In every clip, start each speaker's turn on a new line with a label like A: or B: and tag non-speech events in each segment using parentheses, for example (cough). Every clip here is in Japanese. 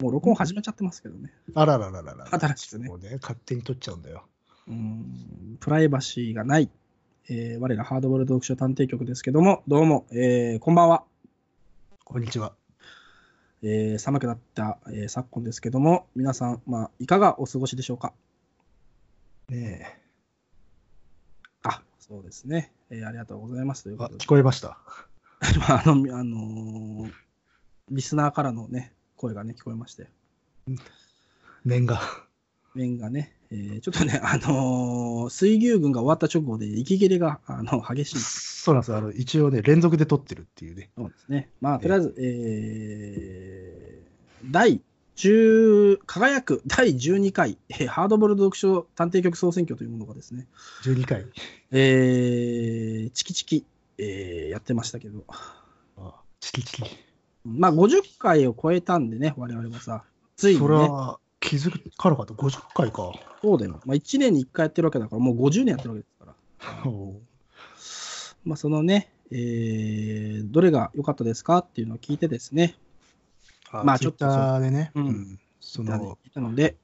A: もう録音始めちゃってますけどね。
B: あらららららら。
A: 新しくね
B: も。うね、勝手に取っちゃうんだよ。
A: うんプライバシーがない、えー我らハードボール読書探偵局ですけども、どうも、えーこんばんは。
B: こんにちは。
A: えー寒くなった、えー昨今ですけども、皆さん、まあ、いかがお過ごしでしょうか。
B: ね
A: あ、そうですね。えーありがとうございます。とい
B: え
A: う
B: あ
A: こと、で
B: 聞、こえました。
A: ま (laughs) ああの、あのーリスナーからのね、声がね、聞こえまして、
B: 念 (laughs) が。
A: 面がね、えーちょっとね、あのー水牛群が終わった直後で息切れがあの激しい。
B: そうなんですあの。一応ね、連続で取ってるっていうね。
A: そうですね。まあ、とりあえず、えー第10、輝く第12回、えーハードボールド読書探偵局総選挙というものがですね、
B: 12回。
A: えーチキチキ、えーやってましたけど、
B: あチキチ
A: まあ、50回を超えたんでね、我々もさ、つい
B: キ。
A: に
B: それ
A: ね、
B: は気づかなかった。50回か。
A: そうだよ。まあ、1年に1回やってるわけだから、もう50年やってるわけですから。
B: おう
A: まあ、そのね、えーどれが良かったですかっていうのを聞いてですね、
B: あ
A: まあ
B: ちょっと。
A: ちょっと
B: Twitter でね。
A: うん
B: ん。そ
A: いただい
B: の、
A: たので、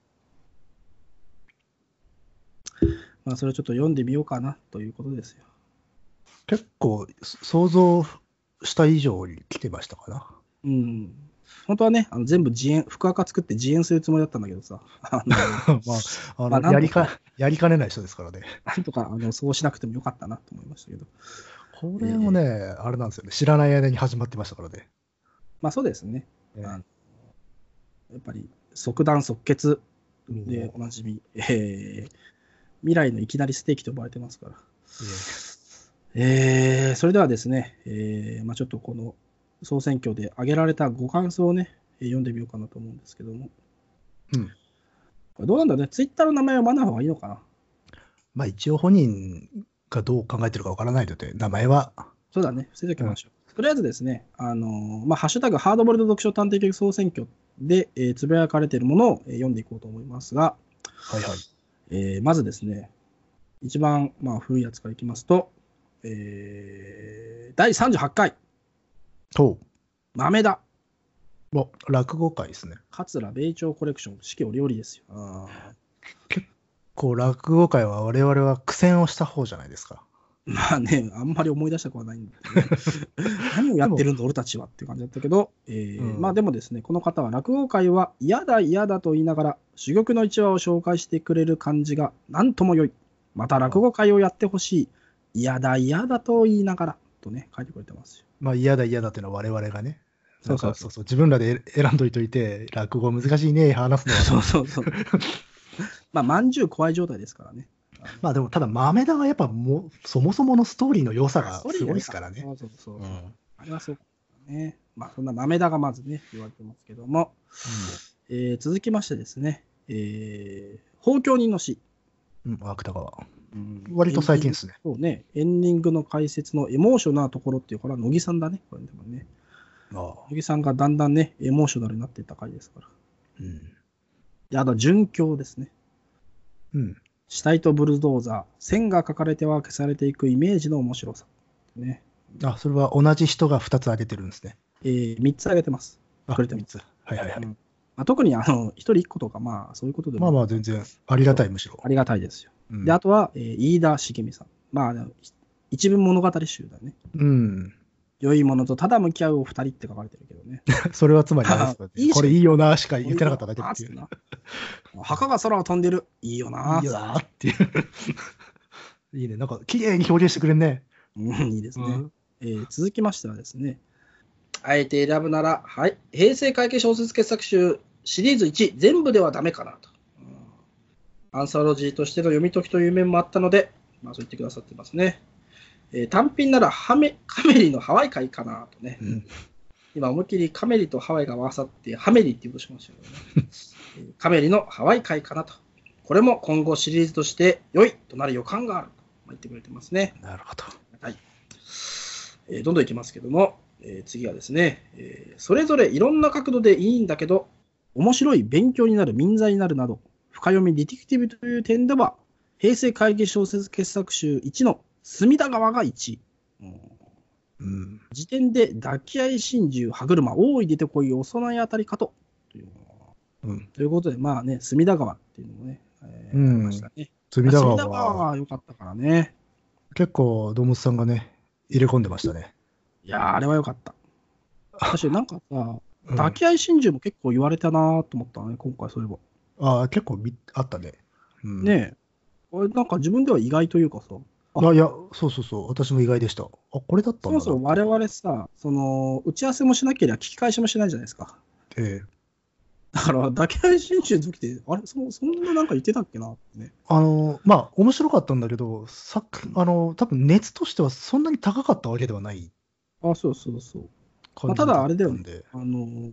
A: まあ、それをちょっと読んでみようかなということですよ。
B: 結構、想像した以上に来てましたかな。 (laughs)
A: うん。本当はね、あの全部自演、福赤作って自演するつもりだったんだけどさ、あ
B: (laughs)
A: の
B: まあ、
A: まあ
B: あ
A: なんとか
B: の、やりか、やりかねない人ですからね。
A: なんとかあのそうしなくてもよかったなと思いましたけど、
B: これもね、あれなんですよね。知らない間に始まってましたからね。
A: まあそうですね、
B: ね
A: あのやっぱり即断即決
B: う
A: で
B: ん
A: おなじみ、えー未来のいきなりステーキと呼ばれてますから。えーそれではですね、えーまあ、ちょっとこの総選挙で挙げられたご感想をね、えー読んでみようかなと思うんですけども、
B: うん。
A: これどうなんだろうね、ツイッターの名前を読まない方がいいのかな。
B: まあ一応本人がどう考えてるかわからないので、名前は、
A: そうだね、伏せておきましょう。とりあえずですね、あのーまあ、ハッシュタグハードボルド読書探偵局総選挙で、えーつぶやかれているものを、えー読んでいこうと思いますが、
B: はいはい。
A: えーまずですね、一番、まあ、古いやつからいきますと、えー第38回、
B: と、
A: 豆だ。
B: お落語会ですね。
A: 桂米朝コレクション四季折々ですよ。あー
B: こう、落語会は我々は苦戦をした方じゃないですか。
A: (laughs) まあね、あんまり思い出したくはないんだけど、
B: (laughs)
A: ね、何をやってるんだ、俺たちはっていう感じだったけど、えー
B: うん
A: まあでもですね、この方は落語界は嫌だ嫌だと言いながら、珠玉の一話を紹介してくれる感じがなんとも良い。また落語会をやってほしい。嫌だ嫌だと言いながらとね、書いてくれてますよ。
B: まあ嫌だ嫌だっていうのは我々がね。
A: そうそう
B: なんかそうそう。自分らで選んどいといて、落語難しいね、話 (laughs) すのは。
A: そうそうそう。まあ、まんじゅう怖い状態ですからね。
B: まあでも、ただ豆田はやっぱもう、そもそものストーリーの良さが
A: それ
B: すごいですからね
A: そ。うそうそう。
B: うんうん
A: あれはそうだね。まあ、そんな豆だがまずね、言われてますけども。えー続きましてですね、えー、宝鏡人の死。
B: うん、芥川。割と最近ですね。
A: そうね、エンディングの解説のエモーショナルなところっていうから、乃木さんだね、これでもね。
B: ああ。
A: 乃木さんがだんだんね、エモーショナルになっていった回ですから。
B: うん。
A: で、あと、殉教ですね。
B: うん。
A: 死体とブルドーザー、線が書かれては消されていくイメージの面白さ。ね。
B: あ、それは同じ人が2つ挙げてるんですね。
A: え3つ挙げてます。
B: あ、
A: くれた
B: 3つ。はいはいはい。
A: うんまあ、特にあの1人1個とか、まあそういうことで
B: まあ
A: も
B: まあ全然ありがたいむしろ。
A: ありがたいですよ。
B: うん
A: で、あとは、えー飯田茂美さん。まああの、一文物語集だね。
B: うん。
A: 良いものとただ向き合うお二人って書かれてるけどね。
B: (laughs) それはつまりあれですかね
A: いいじゃん
B: これいいよなしか言ってなかっただけっていう。
A: あそうな墓が空を飛んでる。いいよない
B: い。よなっていう。いいね。なんか綺麗に表現してくれんね。
A: うんいいですね、
B: うん
A: えー続きましてはですね、あえて選ぶなら、はい、平成会計小説傑作集シリーズ1、全部ではダメかなと。うんアンサロジーとしての読み解きという面もあったので、まあ、そう言ってくださってますね。えー単品ならハメカメリのハワイ会かなとね。
B: うん
A: 今思いっきりカメリとハワイが合わさってハメリって言うとしましたけどねえーカメリのハワイ会かなとこれも今後シリーズとして良いとなる予感があるとまあ言ってくれてますね、
B: なるほど。
A: はいえーどんどんいきますけども、えー次はですね、えーそれぞれいろんな角度でいいんだけど面白い勉強になる民材になるなど深読みディティクティブという点では平成会議小説傑作集1の隅田川が1位、うん
B: うん。
A: 時点で抱き合い心中、歯車、大い出てこい、お供えあたりかと。という
B: うん。
A: ということで、まあね、隅田川っていうのもね、えー
B: うん
A: ありましたね。
B: 隅田川
A: 隅田川
B: は、
A: は良かったからね。
B: 結構、動物さんがね、入れ込んでましたね。
A: いやー、あれは良かった。確かになんかさ、
B: うん
A: 抱き合い真珠も結構言われたなーと思ったね、今回そういえば。
B: ああ、結構みあったね。うん、
A: ねえ。これなんか自分では意外というかさ、
B: あいや、そうそうそう、私も意外でした。あ、これだった
A: そも
B: んだな。
A: そも我々さ、その、打ち合わせもしなければ聞き返しもしないじゃないですか。 (laughs)
B: ええ
A: だから、抱き合い真珠の時って、あれ、そそんななんか言ってたっけなってね。
B: あの、まあ、面白かったんだけど、さあの、多分熱としてはそんなに高かったわけではない
A: あ、そうそうそう。
B: 感じ
A: まあただあれだよね
B: ったんで。
A: あの、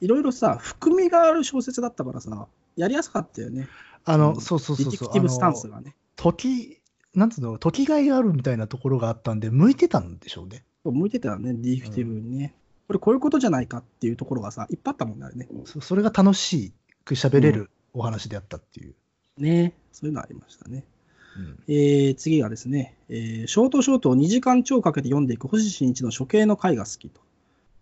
A: いろいろさ、含みがある小説だったからさ、やりやすかったよね。
B: あ
A: う
B: の、
A: ん
B: そうそう
A: デ
B: そ
A: ィテ
B: うそう。
A: ィクティブスタンス
B: あの
A: がね。
B: 時、なんつうの、時がいがあるみたいなところがあったんで、向いてたんでしょうね。
A: そう向いてたよね、ディティクティブにね。これ、こういうことじゃないかっていうところがさ、いっぱいあったもんね、あれね。
B: そそれが楽しく喋れるお話であったっていう。
A: ねそういうのありましたね。
B: うん
A: えー次がですね、えーショートショートを2時間超かけて読んでいく星新一の処刑の回が好きと。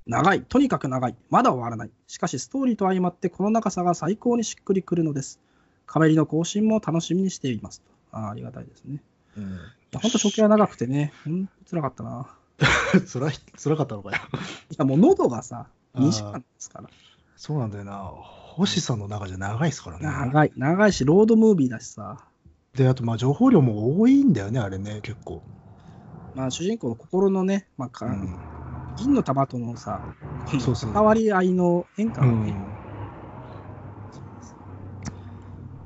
A: 長い、とにかく長い、まだ終わらない。しかしストーリーと相まってこの長さが最高にしっくりくるのです。壁入りの更新も楽しみにしていますと。あーありがたいですね。
B: (laughs)
A: 本当、処刑は長くてね、ほんと辛かったな。
B: つらい、つらかったのかよ。
A: いや、もう喉がさ、
B: あー
A: 2時間ですから。
B: そうなんだよな。星さんの中じゃ長いですからね。
A: 長い、長いし、ロードムービーだしさ、
B: で、あと、まあ、情報量も多いんだよね、あれね、結構。
A: まあ、主人公の心のね、まあか
B: うん
A: 銀の玉とのさ、
B: そうそう
A: 関わり合いの変化
B: う
A: がね、
B: ん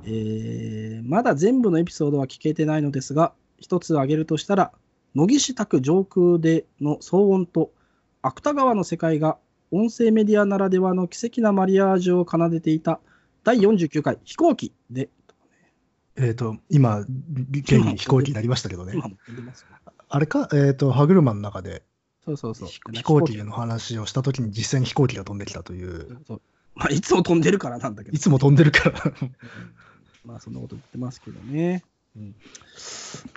A: えーまだ全部のエピソードは聞けてないのですが、一つ挙げるとしたら、乃木市宅上空での騒音と芥川の世界が音声メディアならではの奇跡なマリアージュを奏でていた第49回飛行機で、
B: えっ、と、今、現に飛行機になりましたけどね
A: 今。も出てますよ
B: あれか、えっ、と、歯車の中で
A: そうそうそう。
B: 飛行機の話をしたときに実際に飛行機が飛んできたという、
A: そうまあ、いつも飛んでるからなんだけど
B: い、つも飛んでるから。
A: まあそんなこと言ってますけどね。
B: うん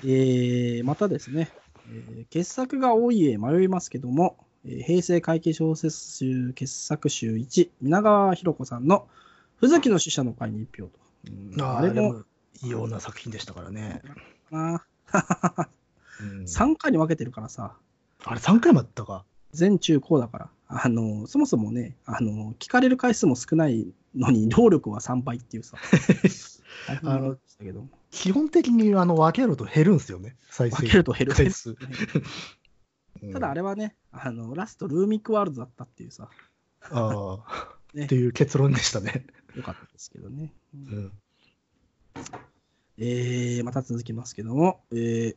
A: えーまたですね、えー傑作が多いへ迷いますけども、えー平成会計小説集傑作集1、皆川博子さんの「吹雪の死者の会に一票と」うんあ
B: あ
A: れ
B: れ
A: も
B: も、いいような作品でしたからね。
A: な、
B: うん
A: 3回に分けてるからさ、
B: あれ、3回もあったか。
A: 全中高だから、あのそもそもねあの、聞かれる回数も少ないのに、労力は3倍っていうさ、
B: (laughs)
A: 大変なことでしたけど、
B: 基本的にあの分けると減るんですよね、再
A: 分
B: 生
A: けると減る
B: 回数。
A: (laughs) ただあれ
B: れ、
A: はね、あのラストルーミックワールドだったっていうさ、
B: ああ、
A: ね
B: っていう結論でしたね。
A: よかったですけどね。うん
B: うん
A: えーまた続きますけども、えー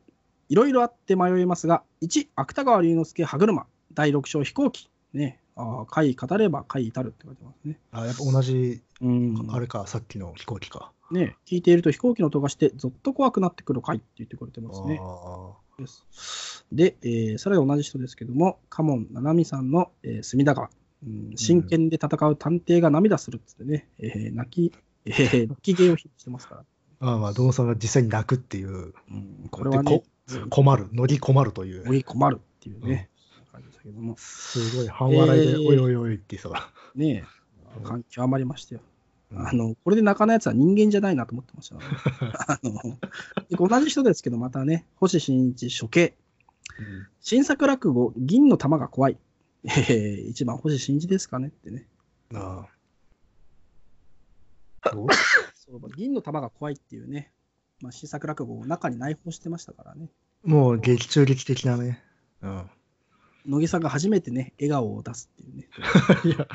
A: いろいろあって迷いますが、1、芥川龍之介歯車、第6章飛行機、ね、あー回語れば回至るって書いてますね。
B: あやっぱ同じ、
A: うん
B: あれか、さっきの飛行機か。
A: ね、聞いていると飛行機の音がして、ぞっと怖くなってくる回って言ってくれてますね。
B: あ
A: ですで、えーさらに同じ人ですけども、カモン・ナナミさんの、えー隅田川、うん、真剣で戦う探偵が涙するっつってね、えー泣き、えー泣き芸を披露してますから、
B: あまあまあ、ドンさんが実際に泣くっていう、
A: うん、これはね
B: こ、困る、乗り困るという
A: 追。い込まるっていうね、感じでしたけども、
B: すごい半笑いで、
A: えー
B: おいおいおいって言ってたか
A: ねえ、感極まりましたよ。
B: ら。
A: あの、これで泣かないやつは人間じゃないなと思ってま (laughs) したね、あので同じ人ですけど、またね、星新一処刑、
B: うん
A: 新作落語、銀の玉が怖い、えー、一番星新一ですかねってね。
B: なあ。お
A: そう銀の玉が怖いっていうね、まあ、新作落語を中に内包してましたからね。
B: もう劇中劇的なね。うん。
A: 乃木さんが初めてね、笑顔を出すっていうね。
B: いや、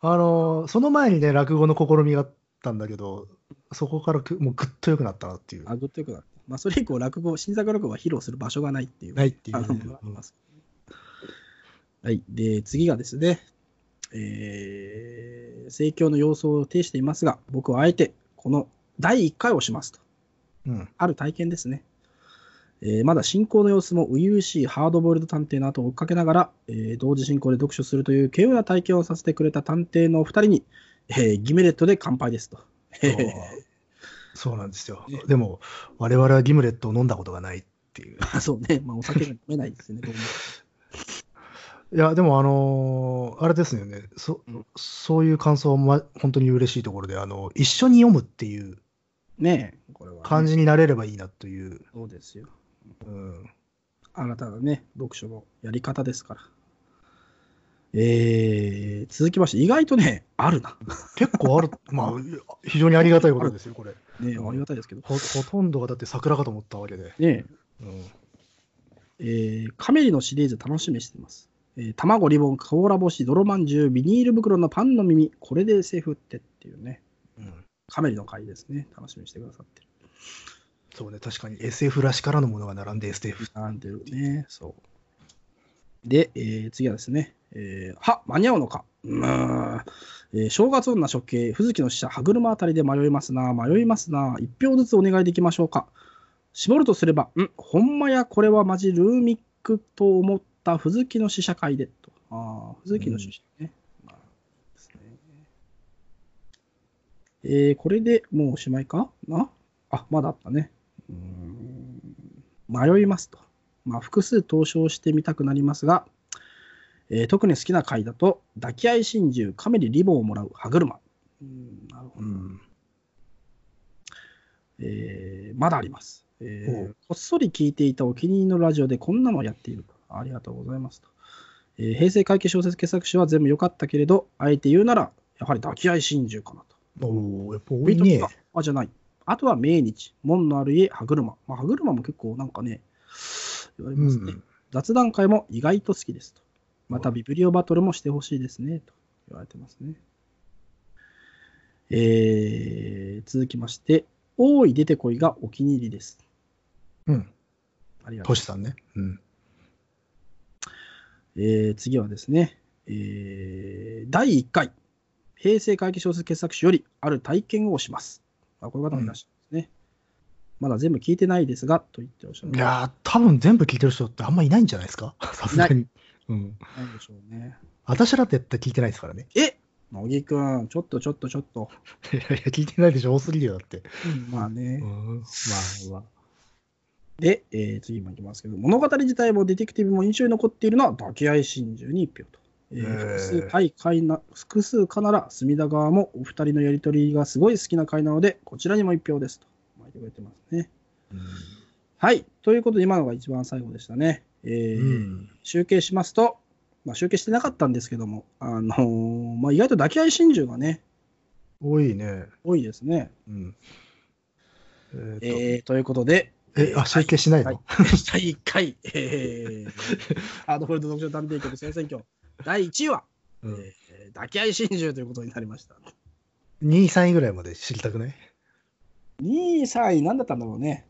B: あのーその前にね、落語の試みがあったんだけど、そこからくもうぐっと良くなったなっていう。
A: あ、グッドよくなって。まあ、それ以降、落語、新作落語は披露する場所がないっていう。
B: ないってい
A: あ
B: う
A: の
B: ね、
A: ものがありますはい。で、次がですね、えー、盛況の様相を呈していますが、僕はあえて、この第1回をしますと。
B: うん。
A: ある体験ですね。えーまだ進行の様子も初々しいハードボイルド探偵の後を追っかけながら、えー同時進行で読書するという軽有な体験をさせてくれた探偵のお二人に、えーギメレットで乾杯ですと。 (laughs)
B: そうなんですよ
A: ね。
B: でも、我々はギムレットを飲んだことがないっていう。
A: そうね、まあ、お酒が飲めないですよね。どうも
B: いや、でも、あのーあれですよね、そ
A: うん
B: そういう感想も、ま、本当に嬉しいところで、あの一緒に読むっていう
A: ねえ、これは、ね。
B: 感じになれればいいなという、
A: そうですよ。
B: うん、
A: 新たなね、読書のやり方ですから。えー、続きまして、意外とね、あるな。
B: 結構ある、 (laughs) まあ、非常にありがたいことですよ、これ。
A: ねえ、
B: うん
A: ありがたいですけど。
B: ほほとんどがだって桜かと思ったわけで。
A: ね
B: うん、
A: え、えーカメリのシリーズ楽しみにしてます。えー卵、リボン、甲羅干し、泥まんじゅう、ビニール袋のパンの耳、これでセーフってっていうね、
B: うん
A: カメリの回ですね。楽しみにしてくださってる。
B: そうね、確かに SF らしからぬものが並んで SF。
A: なんていうね、そう。で、えー次はですね、えーは、間に合うのか。うーんえー正月女処刑、ふずきの使者、歯車あたりで迷いますな、迷いますな、一票ずつお願いできましょうか。絞るとすれば、んほんまやこれはマジルーミックと思ったふずきの使者会で、と。ああ、ふずきの使者ね。まあですねえーこれでもうおしまいかなあ、まだあったね。うーん迷いますと。まあ、複数投票してみたくなりますが、えー特に好きな回だと、抱き合い真珠、亀にリボンをもらう歯車。うん、なるほど。
B: うん、
A: えーまだあります、えー
B: おう
A: こっそり聞いていたお気に入りのラジオでこんなのをやっていると。ありがとうございますと。えー平成会計小説傑作集は全部良かったけれど、あえて言うなら、やはり抱き合い真珠かなと。
B: おお、やっぱ多
A: ビ
B: い
A: ートルズ
B: ね
A: か。あ、じゃない。あとは命日、門のある家、歯車。まあ、歯車も結構なんかね、言われ
B: う
A: ますね。
B: ん、
A: 雑談会も意外と好きですと。またビブリオバトルもしてほしいですねと言われてますね。えー、続きまして、大い出てこいがお気に入りです。
B: うん、
A: ありがとう
B: トシさんね。うん、
A: えー次はですね、えー第1回、平成会計小説傑作集よりある体験をします。あこういう方もいらっしゃるんですね。まだ全部聞いてないですが、と言っておっしゃる。
B: いやー、多分全部聞いてる人ってあんまいないんじゃないです (laughs) か、さすがに。うん、
A: なんでしょうね。
B: 私らって絶対聞いてないですからね。
A: え乃木くん、ちょっとちょっとちょっと。
B: いやいや、聞いてないでしょ、多すぎるよ、だって。
A: まあね。
B: (laughs) うん、まあまあ。
A: で、えー次もいきますけど、物語自体もディテクティブも印象に残っているのは、抱き合い真珠に1票と。えー
B: へー
A: 複数回回な複数かなら、隅田川もお二人のやりとりがすごい好きな回なので、こちらにも1票ですと。まあ、言われてますね。はい。ということで、今のが一番最後でしたね。え
B: う
A: ー
B: ん、
A: 集計しますと、まあ、集計してなかったんですけども、あのーまあ、意外と抱き合い真珠がね、
B: 多いね。
A: 多いですね。
B: うん。えーと
A: えーということで、
B: え、あ、集計しない
A: は
B: の、
A: い、第1回、 (laughs) えー、ハードフォールド読書探偵局総選挙、第1位は、
B: うん、
A: えー抱き合い真珠ということになりました。
B: ?2 位、3位ぐらいまで知りたくない
A: 2位、3位、何だったんだろうね。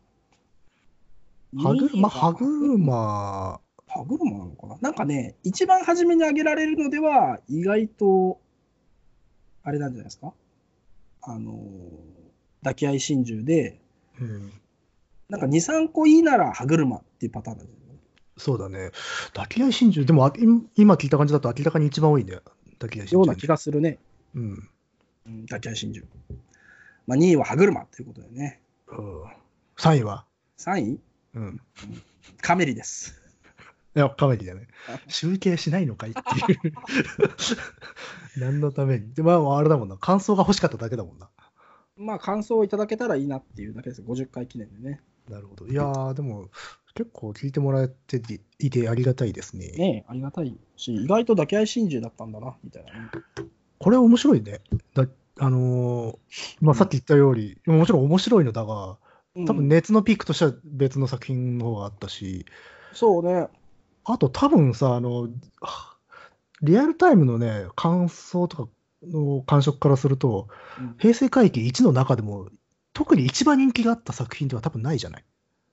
B: 歯
A: 2位は
B: 車、歯車、
A: 歯車なのかななんかね、一番初めに挙げられるのでは、意外と、あれなんじゃないですかあのー、抱き合い真珠で、
B: うん、
A: なんか2、3個いいなら歯車っていうパターンなんじゃない
B: そうだね。抱き合い真珠、でもあ今今聞いた感じだと明らかに一番多いね。抱き合い真
A: よう
B: 珠、
A: な気がするね。
B: うん。
A: うん抱き合い真珠。まあ、2位は歯車ということでね。
B: うん、3位は、
A: 3位
B: うん。
A: カメリです。
B: いや、カメリだね。集計しないのかいっていう。 (laughs) 何のために。で、まあ、あれだもんな。感想が欲しかっただけだもんな。
A: まあ、感想をいただけたらいいなっていうだけです。50回記念でね。
B: なるほど。いやー、でも、結構聞いてもらってていてありがたいですね。
A: ねえ、ありがたいし、意外と抱き合い真珠だったんだな、みたいなね。
B: これ面白いね。だあのーまあ、さっき言ったように、もちろん面白いのだが、
A: うん
B: 多分。熱のピークとしては別の作品の方があったし、
A: そうね。
B: あと多分さ、あの、はリアルタイムのね、感想とかの感触からすると、
A: うん
B: 平成回帰1の中でも、特に一番人気があった作品では多分ないじゃない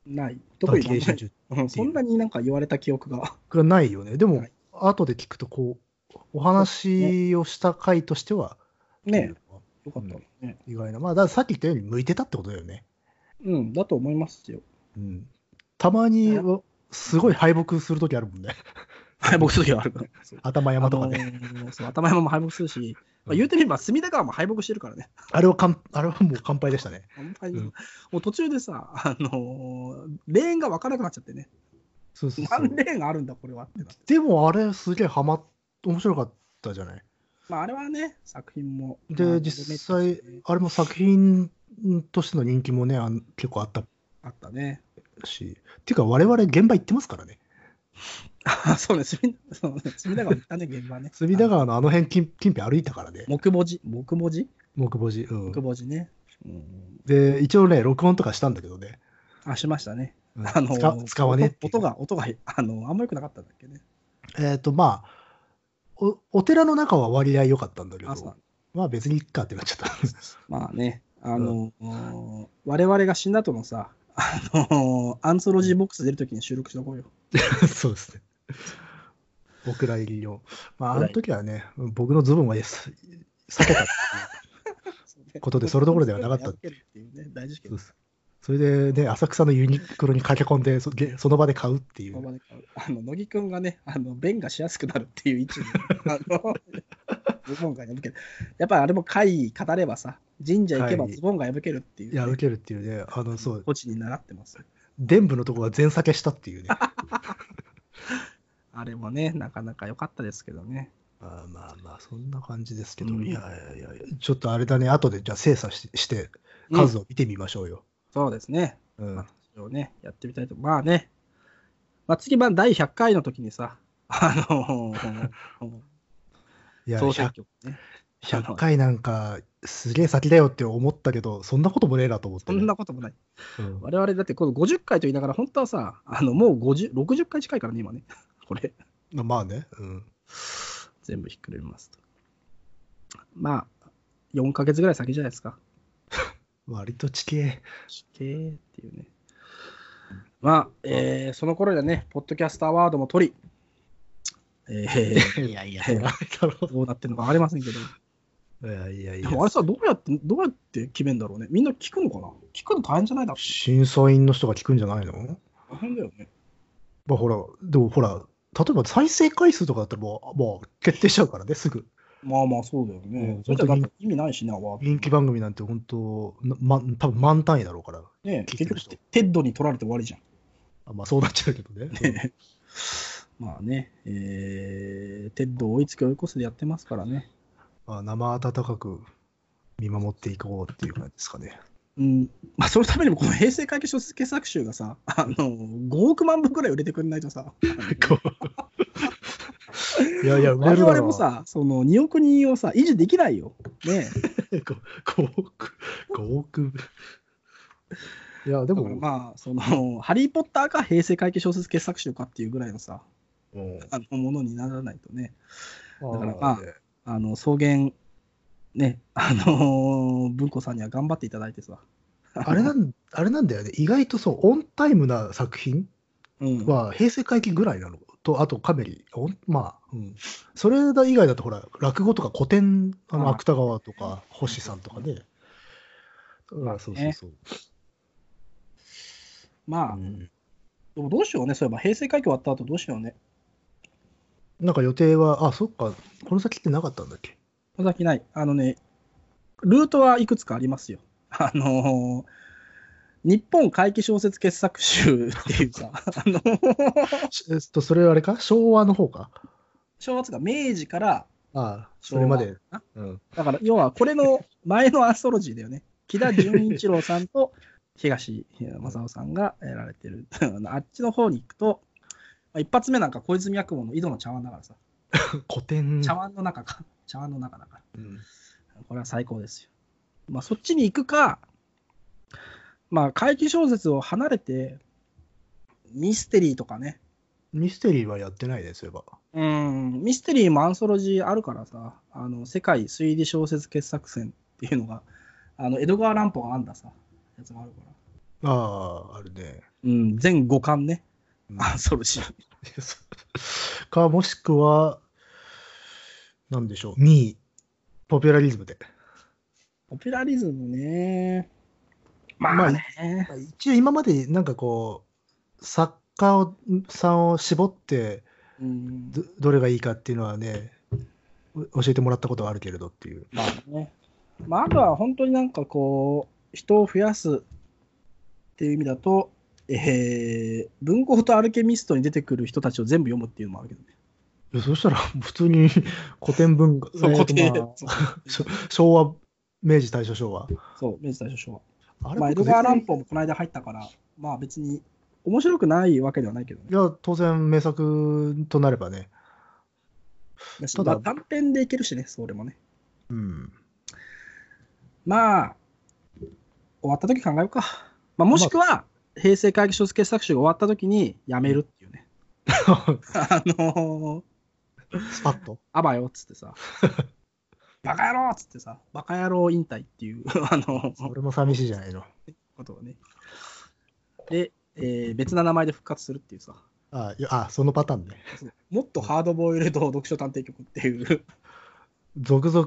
A: ない。特に
B: ダーキーエーション中
A: うんそんなになんか言われた記憶が。
B: がないよね。でも、
A: はい
B: 後で聞くと、こう、お話をした回としては、
A: ねえ、よかったね。
B: 意外な。まあ、だからさっき言ったように向いてたってことだよね。
A: うん、だと思いますよ。
B: うん。たまに
A: う、
B: すごい敗北するときあるもんね。 (laughs)
A: 敗北する時はあるから。
B: 頭山とかね。
A: あのーそう頭山も敗北するし、まあ、言うてみれば隅田川も敗北してるからね。
B: あれはかん、あれはもう乾杯でしたね。
A: あんまり
B: うん
A: もう途中でさ、あのーレーンが分からなくなっちゃってね。
B: そうそうそう
A: 何例があるんだ、これはってな。
B: でもあれすげえハマっ面白かったじゃない
A: まあ、あれはね、作品も。
B: で
A: まあ
B: 実
A: レベ
B: 際
A: ルですね
B: あれも作品としての人気もねあん結構あった
A: あったね。 (laughs)
B: しっていうか我々現場行ってますからね
A: あそうね、隅田そうね隅田川行ったね、現場ね。
B: (laughs) 隅田川のあの辺近近辺歩いたからね
A: あの。木墓寺木墓寺
B: 木墓寺、うん
A: 木墓寺ね。うん、
B: で一応ね録音とかしたんだけどね、
A: あ、しましたね。
B: うん
A: あの
B: 使使わねえっていう
A: 音音が、音が、あの、あんま良くなかったんだっけね。
B: えっ、とまあおお寺の中は割合良かったんだけ
A: あそう
B: どまあ別にいっかってなっちゃった
A: まあね、あの、うん我々が死んだ後のさ、あの、アンソロジーボックス出るときに収録しとこうよ。
B: (laughs) そうですね。お蔵入りを。まあ、
A: お
B: あ
A: 蔵入り
B: の時はね、僕のズボンはです避けたってことでそれどころではなかっ
A: (laughs)
B: た
A: やけるっていうね、大事
B: い
A: 件
B: う (laughs) それでね、浅草のユニクロに駆け込んで、そげその場で買うってい
A: ここ
B: う。
A: までかあの乃木くんがね、あの弁がしやすくなるっていう位
B: (laughs)
A: 置に、あのズボンが破ける。やっぱりあれも会語ればさ、神社行けば
B: 会
A: ズボンが破けるっていう、
B: いや、受けるっていうね、あの、そう、
A: コチに習ってます。
B: 伝部のとこは全避けした
A: (laughs)
B: っていうね。
A: あれもね、なかなか良かったですけどね。
B: まあまあまあ、そんな感じですけど、
A: うん
B: いやいやいや、ちょっとあれだね、後でじゃあ精査しして、数
A: うん
B: を見てみましょうよ。
A: そうですね。
B: うん。
A: まあそれをね、やってみたいと。まあね、まあ、次、まあ第100回の時にさ、あの
B: (laughs) いや
A: 総選
B: 100,
A: 挙ね。
B: 100回なんか、すげえ先だよって思ったけど、そんなこともねえなと思って
A: そ
B: ね、
A: んなこともない。
B: うん
A: 我々だってこの50回と言いながら、本当はさ、あのもう50 60回近いからね、今ね。 (laughs) これ。
B: まあね、うん。
A: 全部ひっくるめますと。まあ、4ヶ月ぐらい先じゃないですか。
B: 割と地形。
A: 地形っていうね。まあ、えーその頃でね、ポッドキャストアワードも取り、えー
B: い (laughs) やいや
A: それは (laughs) どうなってるのか分かりませんけど、
B: いやいやい
A: で
B: や。
A: もあれさ、どうやって、どうやって決めんだろうね。みんな聞くのかな聞くの大変じゃないだろ
B: 審査員の人が聞くんじゃないの
A: う。大変だよね。
B: まあほら、でもほら、例えば再生回数とかだったらもう、もう決定しちゃうからね、すぐ。
A: まあまあ、そうだよね。
B: うん
A: それじゃだって意味ないしね、アワード。
B: 人気番組なんて本当、なま、多分満単位だろうから。
A: ね
B: 聞い
A: 結
B: てる
A: 局
B: 人、
A: テッドに取られて終わりじゃん。
B: あまあそうなっちゃうけどね。
A: ねまあね、えー、テッドを追いつけ追い越せでやってますからね。
B: まあ、生温かく見守っていこうっていう感じですかね。
A: うんまあ、そのためにもこの平成会計小説傑作集がさあの5億万部ぐらい売れてくれないと
B: (laughs)
A: さ
B: いやいや、
A: 我
B: るだ
A: 々
B: ろう
A: も、さその2億人をさ維持できないよ。ねえ
B: 5億、5億。いや、で
A: だか
B: も
A: ら、まあその「ハリー・ポッター」か平成会計小説傑作集かっていうぐらいのさ
B: うん
A: あのものにならないとねだからまあ
B: ね
A: あの草原ねあの文庫さんには頑張っていただいてさ。
B: あれなんあれなんだよね、意外とそう、オンタイムな作品
A: (laughs) うん、
B: は平成回帰ぐらいなのと、あとカメリ、オンまあ、うん、それ以外だと、ほら、落語とか古典、あの
A: あ
B: 芥川とか星さんとかね。あそうそうそう。
A: まあ
B: うん
A: でもどうしようねそういえば平成会計終わった後どうしようね。
B: なんか予定は、あ、そっか、この先ってなかったんだっけ
A: 小崎ない。あのね、ルートはいくつかありますよ。 (laughs) あのー日本怪奇小説傑作集っていうさ、 (laughs) あの
B: しえっと、それはあれか昭和の方か
A: 正月が明治から、
B: ああ、それまで。
A: あ
B: うん、
A: だから要はこれの前のアンソロジーだよね。木田純一郎さんと東正夫さんがやられてる。 (laughs) あっちの方に行くと、まあ一発目なんか小泉薬門の井戸の茶碗だからさ、
B: 古典。
A: 茶碗の中か、茶碗の中だから。
B: うん
A: これは最高ですよ。まあ、そっちに行くか、まあ、怪奇小説を離れて、ミステリーとかね。
B: ミステリーはやってないね、そういえば。
A: うん、ミステリーもアンソロジーあるからさ、あの、世界推理小説傑作選っていうのが、あの、江戸川乱歩が編んださ、やつもあるから。
B: ああ、あるね。
A: うん、全5巻ね。
B: うん
A: アンソロジー。
B: (laughs) か、もしくは、なんでしょう、2位、ポピュラリズムで。
A: ポピュラリズムね。ま
B: ま
A: あ
B: あ
A: ね。
B: 一応、今までなんかこう、作家をさんを絞って
A: うん
B: ど、どれがいいかっていうのはね、う教えてもらったことはあるけれどっていう。
A: まあね。まあ、あとは本当になんかこう、人を増やすっていう意味だと、えー文豪とアルケミストに出てくる人たちを全部読むっていうのもあるけどね。
B: いやそしたら、普通に古典文
A: (laughs)
B: 学、
A: そう、
B: えー
A: 固
B: と
A: 定。
B: まあ
A: そう
B: 昭和、明治、大正、昭和。
A: そう、明治大正昭和。
B: あ
A: まあ、エド
B: 僕
A: ガー・ラン
B: 全然
A: ポもこの間入ったから、まあ別に面白くないわけではないけどね。
B: いや、当然、名作となればね。
A: だしたま
B: だ
A: あ、短編でいけるしね、それもね。
B: うん。
A: まあ、終わった時考えようか。まあ、もしくは、平成会議小説傑作集が終わった時にやめるっていうね。 (laughs) あのー、
B: スパッと。
A: あばよっつって (laughs) さ、バカ野郎っつってさ、バカ野郎引退っていう、 (laughs) あの
B: それも寂しいじゃないの。
A: ことをね。で、えー別な名前で復活するっていうさ、
B: あ、いやあそのパターンね。
A: もっとハードボイルド読書探偵局っていう。
B: 続々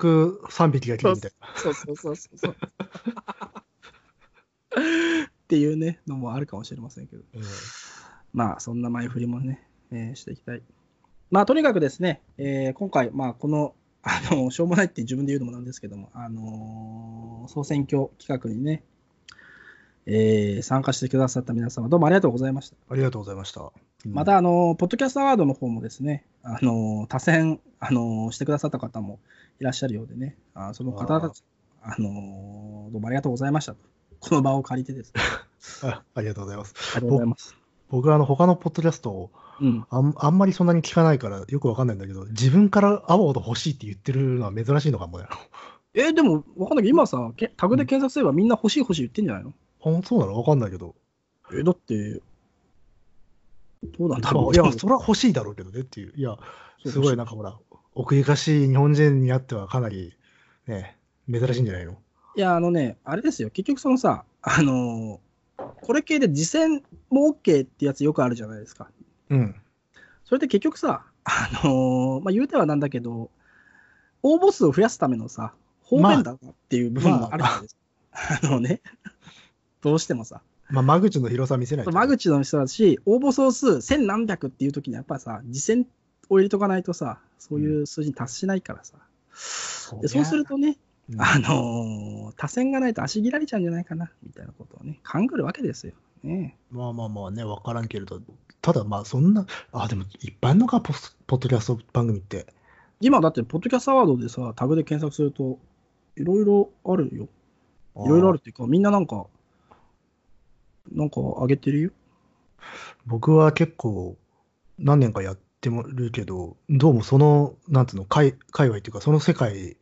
B: 3匹が来るみたいな。
A: そうそうそうそうそう。 (laughs) っていうね、のもあるかもしれませんけど。
B: うん
A: まあ、そんな前振りもね、えーしていきたい。まあ、とにかくですね、えー今回、まあ、この、 (laughs) あの、しょうもないって自分で言うのもなんですけども、あのー総選挙企画にね、えー参加してくださった皆様、どうもありがとうございました。
B: ありがとうございました。
A: また、あのーポッドキャストアワードの方もですね、あのー多選、あのーしてくださった方もいらっしゃるようでね、あーその方たち、あのーどうもありがとうございましたと。この場を借りてですね。
B: うんあありがとうございます。
A: ありがとうございます。
B: 僕はあの他のポッドキャストを
A: うん。
B: あんあんまりそんなに聞かないからよくわかんないんだけど、自分からアワード欲しいって言ってるのは珍しいのかもね。
A: えーでも、わかんないけど、今さ、けタグで検索すればみんな欲しい欲しい言ってんじゃないの、
B: あそうなのわかんないけど。
A: えーだって、どうなんだ
B: あ
A: ろう。
B: いや、それは欲しいだろうけどねっていう。いや、すごいなんかほら、奥ゆかしい日本人にあってはかなり、ね、珍しいんじゃないの
A: いや、あのね、あれですよ、結局そのさ、あのーこれ系で次戦も OK ってやつよくあるじゃないですか。
B: うん。
A: それで結局さ、あのーまあ、言うてはなんだけど、応募数を増やすためのさ、方便だなっていう部分もあるじゃないですか。あ、のね、どうしてもさ、
B: まあ、間口の広さ見せないと。
A: 間口の人だし、応募総数千何百っていう時にやっぱさ、次戦を入れとかないとさ、そういう数字に達しないからさ。
B: そ
A: でそうするとね、
B: うん、
A: あのー、多選がないと足切られちゃうんじゃないかな、みたいなことをね、勘ぐるわけですよ。ね
B: まあまあまあね、わからんけれど、ただまあそんな、あ、でも一般のか、ポスポッドキャスト番組って。
A: 今だって、ポッドキャストアワードでさ、タグで検索すると、いろいろあるよ。いろいろあるっていうか、みんななんか、なんか上げてるよ。
B: 僕は結構何年かやってもるけど、どうもその、なんつうの、界界隈っていうか、その世界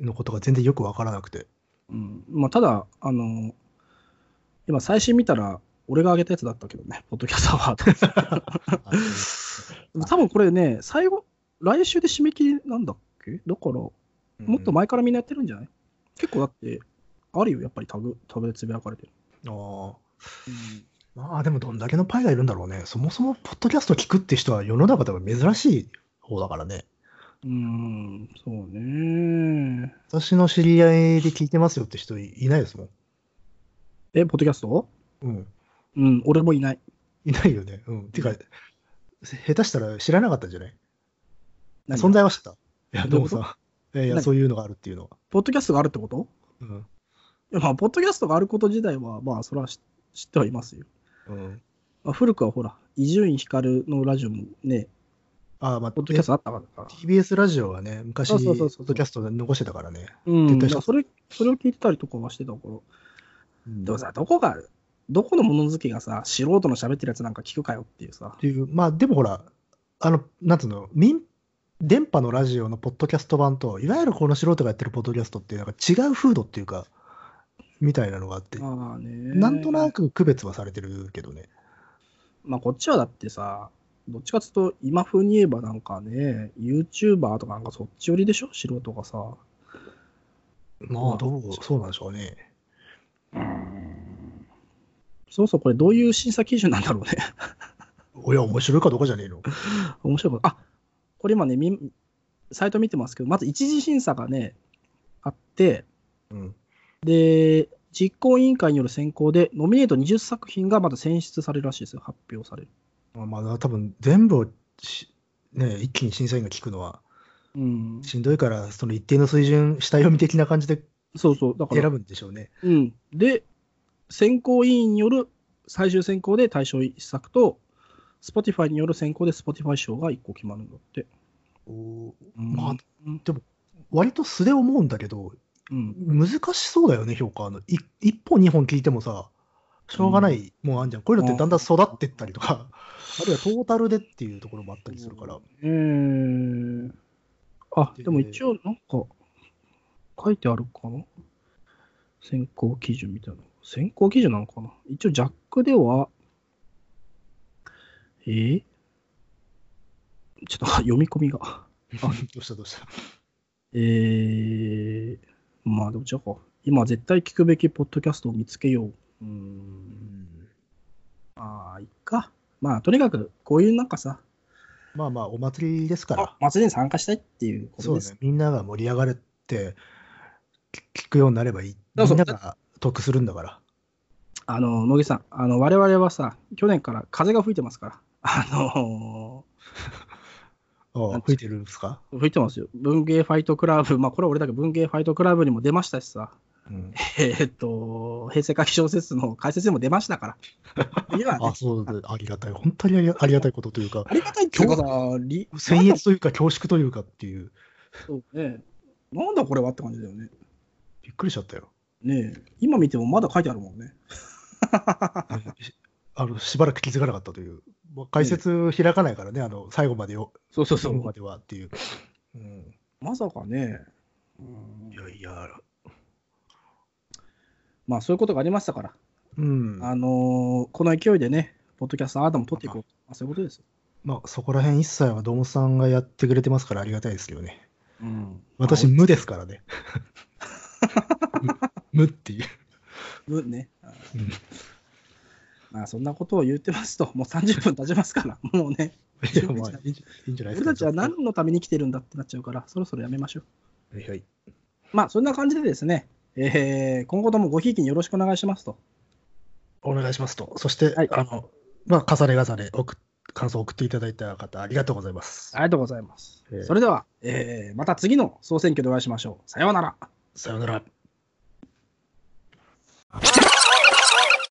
B: のことが全然よくわからなく
A: (laughs)
B: て。
A: うん。まあ、ただ、あのー今最新見たら、俺が上げたやつだったけどね、ポッドキャストアワード。でも多分これね、最後、来週で締め切りなんだっけだから、もっと前からみんなやってるんじゃない、結構だって、あるよ、やっぱりタグ、タグでつぶやかれてる。
B: あーまあでもどんだけのパイがいるんだろうね。そもそもポッドキャスト聞くって人は世の中では珍しい方だからね。
A: うん、ん、そうね。
B: 私の知り合いで聞いてますよって人いいないですもん。
A: え、ポッドキャスト
B: うん。
A: うん、俺もいない。
B: いないよね。うん。てか、下手したら知らなかったんじゃない
A: 何が
B: 存在は知ってた。いや、
A: ど
B: ど
A: う
B: う
A: いうこと
B: もさ、いやいや、
A: 何
B: そういうのがあるっていうのは。
A: ポッドキャストがあるってこと
B: うん。
A: いや、まあ、ポッドキャストがあること自体は、まあ、それは知知ってはいますよ。
B: うん、
A: まあ、古くはほら、伊集院光のラジオもね、
B: ああ、まあ、
A: ポッドキャストあったから。
B: TBS ラジオはね、昔、
A: そ
B: ポ
A: うそうそうそう
B: ッドキャストで残してたからね。
A: うん、
B: 絶対
A: だからそれ、それを聞いてたりとかはしてたから。
B: うん
A: でもさ、どこが、どこのもの好きがさ、素人の喋ってるやつなんか聞くかよっていうさ
B: っ。ていう、まあ、でもほら、あの、なんつうの、民電波のラジオのポッドキャスト版と、いわゆるこの素人がやってるポッドキャストっていう、なんか違う風土っていうか、みたいなのがあって、
A: まあね。
B: なんとな。く区別はされてるけどね。
A: まあこっちはだってさ、どっちかっつうと、今風に言えばなんかね、YouTuber とかなんかそっち寄りでしょ素人がさ。
B: まあ、どう、そうなんでしょうね。
A: そうそう、これどういう審査基準なんだろうね。 (laughs)
B: おや、面白いかどうかじゃねえの。
A: 面白いこと。あこれ今ね、みサイト見てますけど、まず一次審査がね、あって、
B: うん。
A: で、実行委員会による選考で、ノミネート20作品がまだ選出されるらしいですよ、発表される。
B: まあ、多分全部をし、ね、一気に審査員が聞くのは
A: うん、
B: しんどいから、その一定の水準、下読み的な感じで
A: そうそう、だから
B: 選ぶんでしょうね。
A: うん、で、選考委員による最終選考で大賞1作と、Spotify による選考で Spotify 賞が1個決まるんだって。
B: おまあ、
A: うん
B: 割と素で思うんだけど、
A: うん。
B: 難しそうだよね、評価。あの、い1本、2本聞いてもさ、しょうがないもんあんじゃん。こういうのってだんだん育ってったりとか、あるいはトータルでっていうところもあったりする (laughs) から。
A: えー、あ、でも一応、なんか、書いてあるかな選考基準みたいな。選考基準なのかな一応、ジャックでは、えー、ちょっとあ (laughs) 読み込みが。
B: どうしたどうした。
A: えー、まあでも違うか。今絶対聞くべきポッドキャストを見つけよう。うーん。まあ、いっか。まあ、とにかく、こういうなんかさ、
B: まあまあ、お祭りですから
A: あ。祭りに参加したいっていうこ
B: そ
A: と
B: う
A: で。
B: ですすね。みんなが盛り上がれって、き聞くようになればいい。
A: そ
B: み
A: うそうん
B: なが得するんだから。
A: あの、野木さん、あの、我々はさ、去年から風が吹いてますから、あの
B: ああ、吹いてるんですか、
A: ー吹いてますよ。文芸ファイトクラブ、まあ、これは俺だけど文芸ファイトクラブにも出ましたしさ、
B: うん、
A: えーっと、平成書き小説の解説にも出ました
B: (laughs)
A: から。今ね
B: (laughs) あ、そうでありがたい。本当にありありがたいことというか、
A: ありがたいっていうかさ、り
B: 僭越というか、恐縮というかっていう、
A: そうね。なんだこれはって感じだよね。
B: びっくりしちゃった (laughs) よ。
A: ねえ今見てもまだ書いてあるもんね。
B: しあのしばらく気づかなかったという、まあ解説開かないからね、あの最後までよ、
A: そうそ
B: 最後まではっていう。うん、
A: まさかね。うん
B: いやいや、
A: まあそういうことがありましたから、
B: うん、
A: あのーこの勢いでね、ポッドキャストあなたも撮っていこう。まあ、そういうことですよ。
B: まあ、そこら辺一切は堂本さんがやってくれてますからありがたいですけどね。
A: うん、
B: 私、無ですか
A: (laughs)
B: らね。無無っていう。
A: うんね。あ
B: うん
A: まあそんなことを言ってますと、もう30分経ちますから、 (laughs) もうね、
B: いや、まあ、いいんじゃいいんじゃないで
A: 俺
B: すか。
A: たちは何のために生きてるんだってなっちゃうから、そろそろやめましょう。
B: はいはい
A: まあそんな感じでですね、えー今後ともごひいきによろしくお願いしますと。
B: お願いしますと。そして、
A: はい
B: あの、まあ、重ね重ね、送っ感想を送っていただいた方、ありがとうございます。
A: ありがとうございます。
B: えー
A: それでは、えーまた次の総選挙でお会いしましょう。さようなら。
B: さようなら。